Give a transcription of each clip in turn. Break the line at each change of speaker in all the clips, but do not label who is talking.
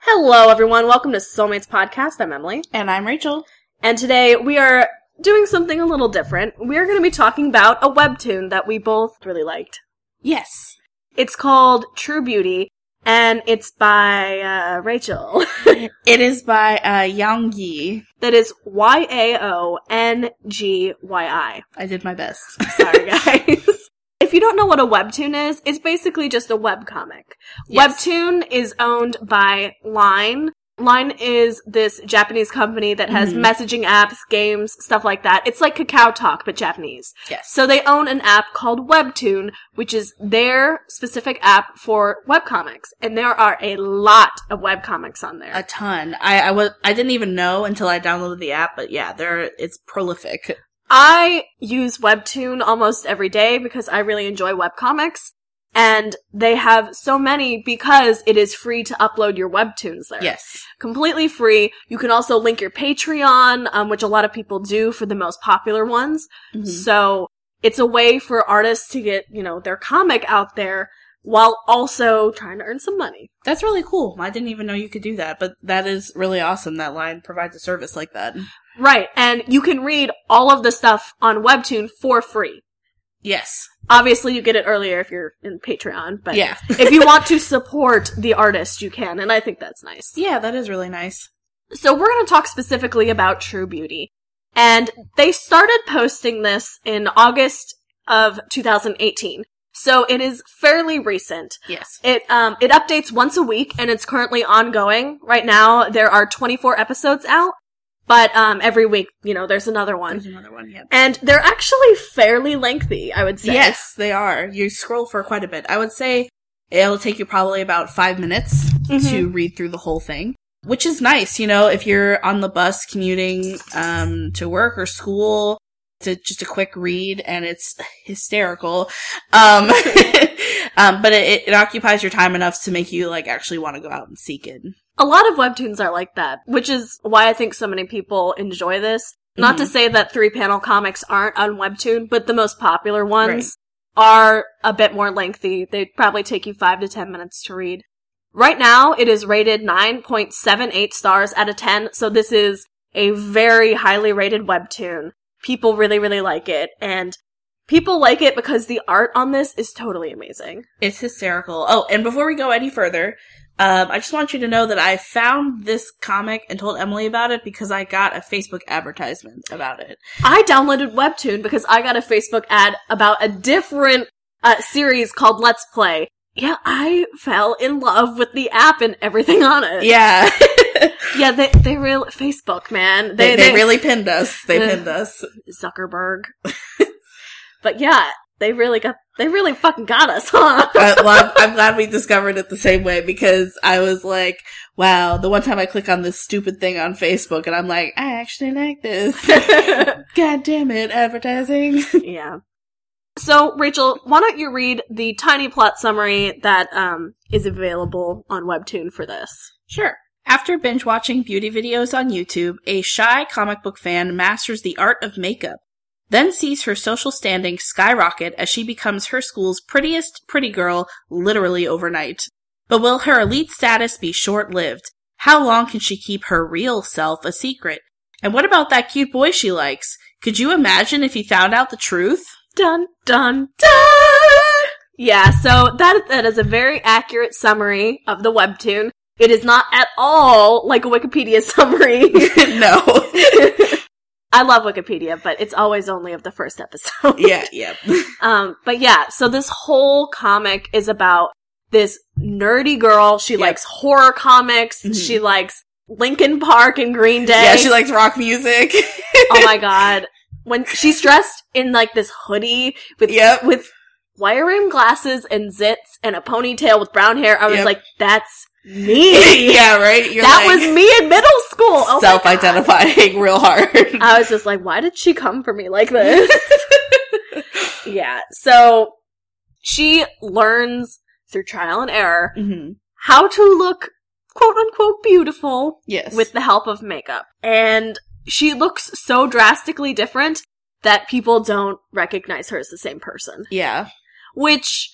Hello, everyone. Welcome to Soulmates Podcast. I'm Emily.
And I'm Rachel.
And today we are doing something a little different. We're going to be talking about a webtoon that we both really liked.
Yes.
It's called True Beauty, and it's by uh, Rachel.
It is by uh, Yang Yi.
that is Y A O N G Y I.
I did my best.
Sorry, guys. If you don't know what a webtoon is, it's basically just a webcomic.
Yes.
Webtoon is owned by Line. Line is this Japanese company that has
Mhm.
messaging apps, games, stuff like that. It's like Kakao Talk, but Japanese.
Yes.
So they own an app called Webtoon, which is their specific app for webcomics. And there are a lot of webcomics on there.
A ton. I, I was I didn't even know until I downloaded the app, but yeah, there it's prolific.
I use Webtoon almost every day because I really enjoy webcomics. And they have so many because it is free to upload your webtoons there.
Yes.
Completely free. You can also link your Patreon, um, which a lot of people do for the most popular ones.
Mhm.
So it's a way for artists to get, you know, their comic out there while also trying to earn some money.
That's really cool. I didn't even know you could do that, but that is really awesome that Line provides a service like that.
Right. And you can read all of the stuff on Webtoon for free.
Yes.
Obviously you get it earlier if you're in Patreon, but
yeah.
if you want to support the artist, you can, and I think that's nice.
yeah, that is really nice.
So we're going to talk specifically about True Beauty. And they started posting this in August of 2018. So it is fairly recent.
Yes.
It um it updates once a week and it's currently ongoing. Right now there are 24 episodes out, but um every week, you know, there's another one.
There's another one, yep.
And they're actually fairly lengthy, I would say.
Yes, they are. You scroll for quite a bit. I would say it'll take you probably about five minutes
Mhm.
to read through the whole thing, which is nice. You know, if you're on the bus commuting um, to work or school, to just a quick read, and it's hysterical. Um, um, but it, it occupies your time enough to make you like actually want to go out and seek it.
A lot of webtoons are like that, which is why I think so many people enjoy this. Not to say that three panel comics aren't on webtoon, but the most popular ones are a bit more lengthy. They probably take you five to ten minutes to read. Right now, it is rated 9.78 stars out of 10, so this is a very highly rated webtoon. People really, really like it, and people like it because the art on this is totally amazing.
It's hysterical. Oh, and before we go any further, um, I just want you to know that I found this comic and told Emily about it because I got a Facebook advertisement about it.
I downloaded Webtoon because I got a Facebook ad about a different uh, series called Let's Play. Yeah, I fell in love with the app and everything on it.
Yeah.
yeah, they they real Facebook man.
they, they really pinned us. They pinned us.
Zuckerberg. but yeah, they really got they really fucking got us, huh?
Uh, well, I'm, I'm glad we discovered it the same way because I was like, wow, the one time I click on this stupid thing on Facebook and I'm like, I actually like this. God damn it, advertising.
yeah. So Rachel, why don't you read the tiny plot summary that um, is available on Webtoon for this?
Sure. After binge watching beauty videos on YouTube, a shy comic book fan masters the art of makeup, then sees her social standing skyrocket as she becomes her school's prettiest pretty girl literally overnight. But will her elite status be short lived? How long can she keep her real self a secret? And what about that cute boy she likes? Could you imagine if he found out the truth?
Dun dun Yeah, so that that is a very accurate summary of the webtoon. It is not at all like a Wikipedia summary.
no.
I love Wikipedia, but it's always only of the first episode.
yeah, yeah.
Um, but yeah, so this whole comic is about this nerdy girl. She
Yep.
likes horror comics.
Mhm.
She likes Linkin Park and Green Day.
Yeah, she likes rock music.
oh my god. When she's dressed in like this hoodie with
yep.
with wire rim glasses and zits and a ponytail with brown hair. I was
Yep.
like, that's me.
yeah, right? You're
that
like-
was me in middle school. Oh my God.
self-identifying real hard.
I was just like, why did she come for me like this? yeah. So she learns through trial and error
mm-hmm.
how to look quote unquote beautiful
Yes.
with the help of makeup. And she looks so drastically different that people don't recognize her as the same person.
yeah.
Which,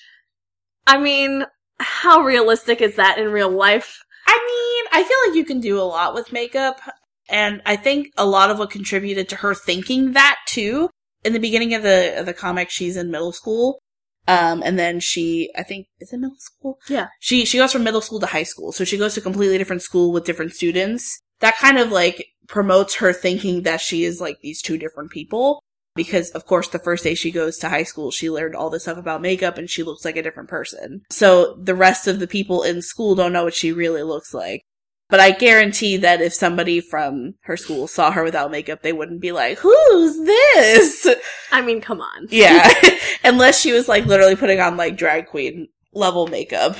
I mean, how realistic is that in real life?
I mean, I feel like you can do a lot with makeup. And I think a lot of what contributed to her thinking that too. In the beginning of the of the comic, she's in middle school. Um, and then she, I think, is it middle school?
Yeah.
She, she goes from middle school to high school. So she goes to a completely different school with different students. That kind of like promotes her thinking that she is like these two different people. Because of course, the first day she goes to high school, she learned all this stuff about makeup and she looks like a different person. So the rest of the people in school don't know what she really looks like. But I guarantee that if somebody from her school saw her without makeup, they wouldn't be like, who's this?
I mean, come on.
Yeah. Unless she was like literally putting on like drag queen level makeup.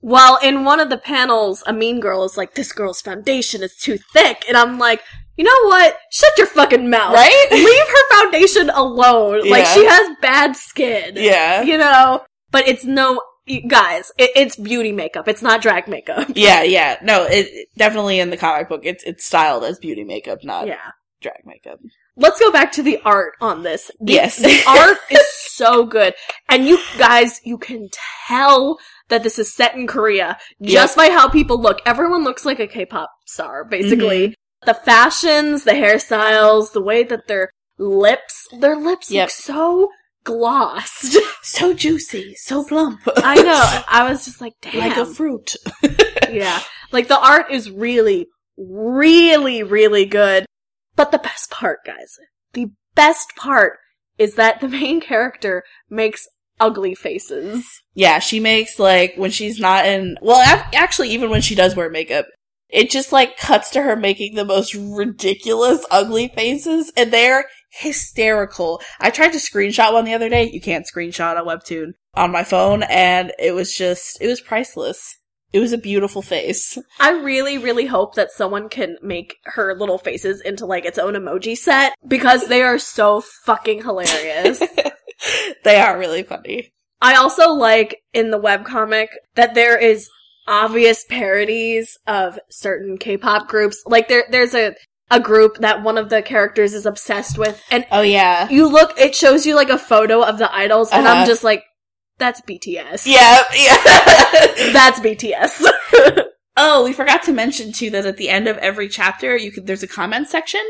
Well, in one of the panels, a mean girl is like, this girl's foundation is too thick. And I'm like, you know what? Shut your fucking mouth.
Right?
Leave her foundation alone. Like,
Yeah.
she has bad skin.
Yeah.
You know? But it's no, you- guys, it, it's beauty makeup. It's not drag makeup.
Yeah, yeah. No, it it- definitely in the comic book it's it's styled as beauty makeup, not
Yeah.
drag makeup.
Let's go back to the art on this. The
yes.
art is so good. And you guys, you can tell that this is set in Korea just by how people look. Everyone looks like a K-pop star,
Mm-hmm.
basically. The fashions, the hairstyles, the way that their lips, their lips
Yep.
look so glossed.
so juicy, so plump.
I know. I was just like, damn.
Like a fruit.
yeah. Like the art is really, really, really good. But the best part, guys, the best part is that the main character makes ugly faces.
Yeah, she makes like when she's not in. Well, ac- actually, even when she does wear makeup, it just like cuts to her making the most ridiculous, ugly faces, and they're hysterical. I tried to screenshot one the other day. You can't screenshot a webtoon on my phone, and it was just it was priceless. It was a beautiful face.
I really, really hope that someone can make her little faces into like its own emoji set because they are so fucking hilarious.
they are really funny.
I also like in the webcomic that there is obvious parodies of certain K-pop groups. Like there there's a a group that one of the characters is obsessed with and
Oh yeah,
you look it shows you like a photo of the idols and
Uh-huh.
I'm just like that's BTS.
yeah, yeah.
That's BTS.
Oh, we forgot to mention too that at the end of every chapter, you could there's a comment section,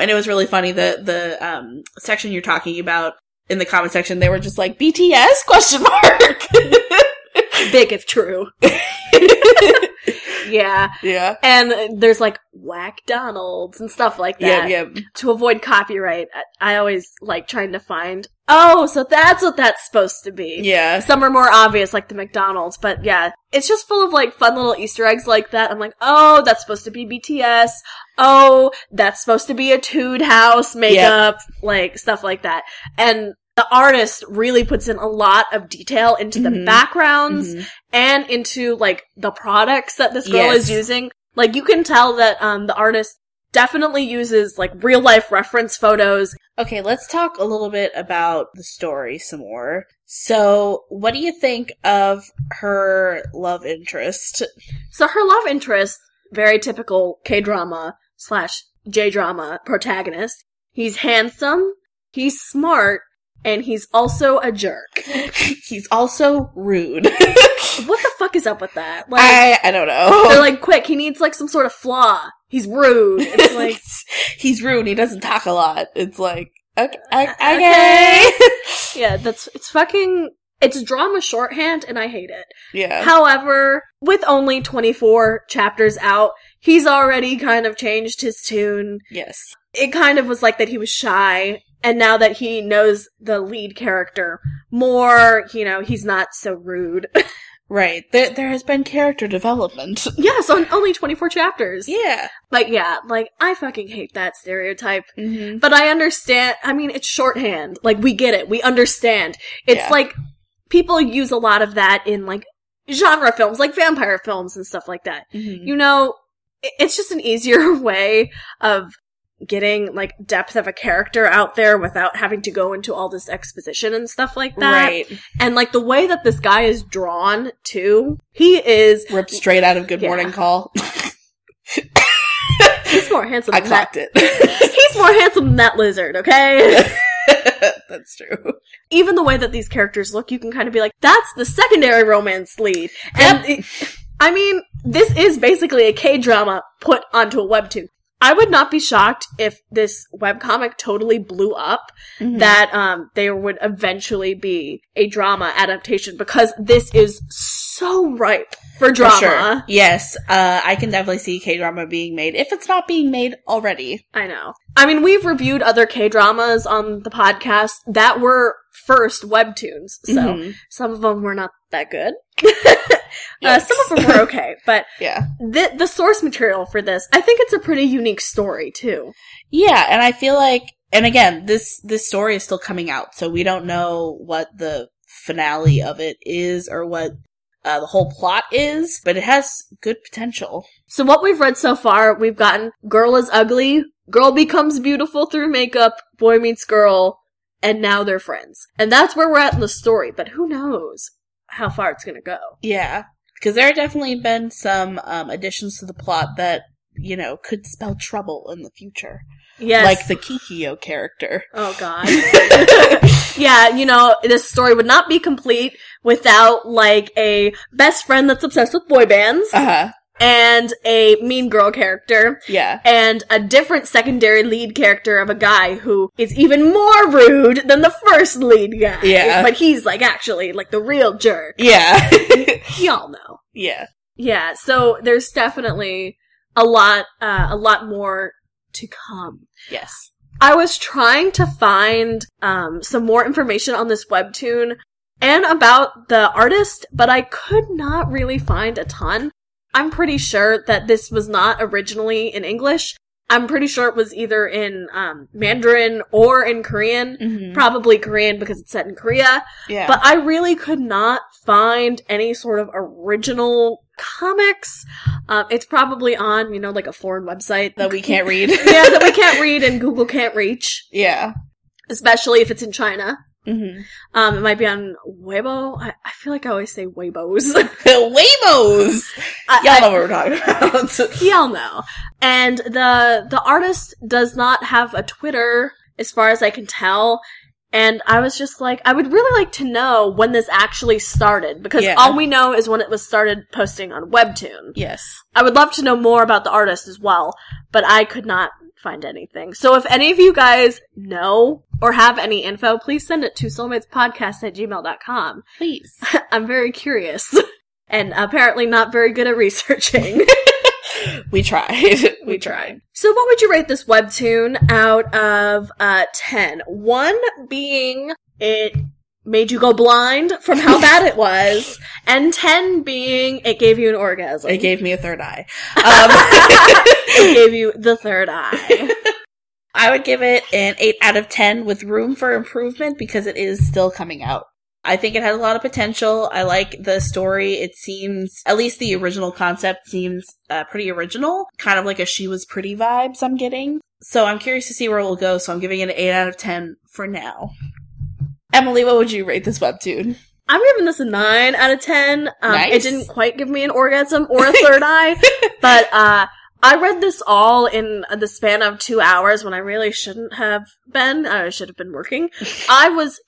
and it was really funny. The the um section you're talking about in the comment section, they were just like BTS question mark.
Big if true. Yeah.
yeah,
And there's like Whack Donalds and stuff like that.
yeah, yeah.
to avoid copyright, I I always like trying to find, oh, so that's what that's supposed to be.
Yeah.
Some are more obvious, like the McDonald's, but yeah, it's just full of like fun little Easter eggs like that. I'm like, oh, that's supposed to be BTS. Oh, that's supposed to be a Tood House makeup, like stuff like that. And the artist really puts in a lot of detail into the
Mhm.
backgrounds
Mhm.
and into like the products that this girl
Yes.
is using. Like you can tell that um the artist definitely uses like real life reference photos.
Okay, let's talk a little bit about the story some more. So, what do you think of her love interest?
So her love interest, very typical K drama slash J drama protagonist. He's handsome, he's smart, and he's also a jerk.
He's also rude.
What the fuck is up with that? Like
I I don't know.
they're like, quick, he needs like some sort of flaw. He's rude. It's like
he's rude. He doesn't talk a lot. It's like okay, okay.
Okay. yeah, that's it's fucking it's drama shorthand and I hate it.
yeah,
However, with only 24 chapters out, he's already kind of changed his tune.
yes,
It kind of was like that he was shy, and now that he knows the lead character more, you know, he's not so rude.
right. There there has been character development.
yes, on only 24 chapters.
Yeah,
But yeah, like, I fucking hate that stereotype.
mm-hmm.
But I understand, I mean, it's shorthand. Like, we get it. We understand. It's
Yeah.
like, people use a lot of that in, like, genre films, like vampire films and stuff like that.
Mm-hmm.
you know, i- it's just an easier way of getting like depth of a character out there without having to go into all this exposition and stuff like that.
right.
And like the way that this guy is drawn too, he is
Ripped straight out of Good
Yeah.
Morning Call.
he's more handsome
I
than that.
clocked it.
He's more handsome than that lizard, okay?
That's true.
Even the way that these characters look, you can kind of be like, that's the secondary romance lead. And it- eh, I mean, this is basically a K drama put onto a webtoon. I would not be shocked if this webcomic totally blew up
Hmm. Mm-hmm.
that um, there would eventually be a drama adaptation because this is so ripe for
For
drama.
sure. Yes, uh, I can definitely see K drama being made if it's not being made already.
I know. I mean, we've reviewed other K dramas on the podcast that were first webtoons, so
Mhm.
some of them were not that good. uh, some of
Yikes.
them were okay, but
yeah,
the the source material for this, I think it's a pretty unique story too.
yeah, and I feel like, and again, this this story is still coming out, so we don't know what the finale of it is or what uh, the whole plot is, but it has good potential.
So what we've read so far, we've gotten girl is ugly, girl becomes beautiful through makeup, boy meets girl, and now they're friends. And that's where we're at in the story, but who knows how far it's gonna go.
Yeah, because there have definitely been some um, additions to the plot that you know could spell trouble in the future,
Yes.
like the Kikyo character. Uh-huh.
oh god. yeah, you know, this story would not be complete without like a best friend that's obsessed with boy bands
uh-huh.
and a mean girl character.
Yeah.
and a different secondary lead character of a guy who is even more rude than the first lead guy.
Yeah.
But he's like actually like the real jerk.
Yeah.
Y'all know.
yeah.
Yeah, so there's definitely a lot, uh, a lot more to come.
Yes.
I was trying to find um, some more information on this webtoon and about the artist, but I could not really find a ton. I'm pretty sure that this was not originally in English. I'm pretty sure it was either in um, Mandarin or in Korean.
Mm-hmm.
Probably Korean because it's set in Korea.
Yeah.
But I really could not find any sort of original comics. Um, it's probably on, you know, like a foreign website
that we can't read.
yeah, that we can't read and Google can't reach,
yeah.
especially if it's in China.
Mm-hmm.
Um, it might be on Weibo. I, I feel like I always say Weibos.
Waymos.
I-
Y'all
I-
know what we're talking about.
y'all know. And the the artist does not have a Twitter, as far as I can tell. And I was just like, I would really like to know when this actually started because
Yeah.
all we know is when it was started posting on Webtoon.
yes.
I would love to know more about the artist as well, but I could not find anything. So if any of you guys know or have any info, please send it to soulmatespodcast at gmail.com.
Please.
I'm very curious and apparently not very good at researching.
We tried.
We tried. so what would you rate this webtoon out of uh, 10? One being it made you go blind from how bad it was, and 10 being it gave you an orgasm.
It gave me a third eye. Um,
It gave you the third eye.
I would give it an 8 out of 10 with room for improvement because it is still coming out. I think it has a lot of potential. I like the story. It seems, at least the original concept seems uh, pretty original, kind of like a She Was Pretty vibes I'm getting. So I'm curious to see where it will go, so I'm giving it an 8 out of 10 for now. Emily, what would you rate this webtoon?
I'm giving this a nine out of ten. Um, It
Nice.
didn't quite give me an orgasm or a third eye, but uh, I read this all in the span of two hours when I really shouldn't have been. I should have been working. I was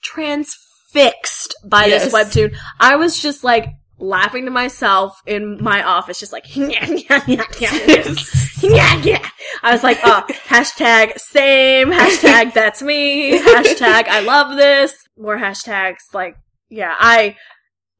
transfixed by this
Yes.
webtoon. I was just like laughing to myself in my office, just like yeah, yeah, yeah, yeah. Yeah, yeah. I was like, oh, hashtag same, hashtag that's me, hashtag I love this, more hashtags. Like, yeah, I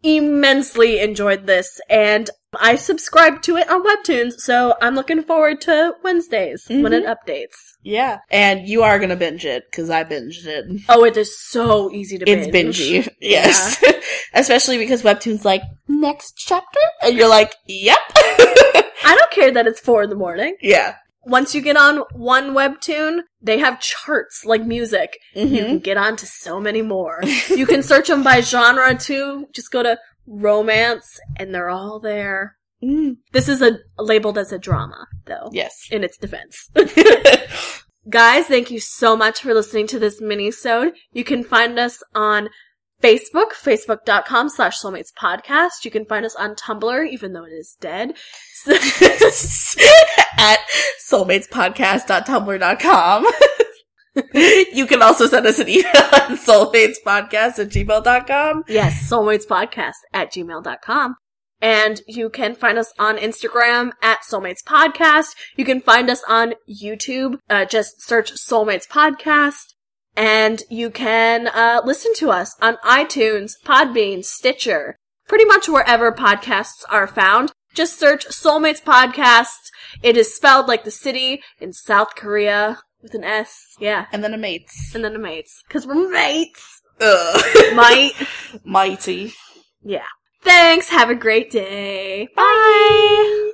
immensely enjoyed this and I subscribed to it on Webtoons, so I'm looking forward to Wednesdays when
Mm-hmm.
it updates.
yeah. And you are going to binge it because I binged it.
Oh, it is so easy to
It's
binge.
bingy. Yes. Especially because Webtoon's like, next chapter? And you're like, yep.
I don't care that it's four in the morning.
yeah.
Once you get on one Webtoon, they have charts like music, You
hmm
can get on to so many more. you can search them by genre too. Just go to romance and they're all there.
Mm.
This is a labeled as a drama though.
Mm-hmm. Yes.
In its defense. Guys, thank you so much for listening to this mini-sode. You can find us on Facebook, facebook.com slash soulmates podcast. You can find us on Tumblr, even though it is dead.
At soulmatespodcast.tumblr.com. you can also send us an email at soulmatespodcast at gmail.com.
Yes, soulmatespodcast at gmail.com. And you can find us on Instagram at Soulmates Podcast. You can find us on YouTube. Uh, just search Soulmates Podcast. And you can uh, listen to us on iTunes, Podbean, Stitcher, pretty much wherever podcasts are found. Just search Soulmates Podcast. It is spelled like the city in South Korea with an S. Yeah.
And then a mates.
And then a mates. Because we're mates.
Ugh.
Might.
Mighty.
Yeah. Thanks. Have a great day. Bye.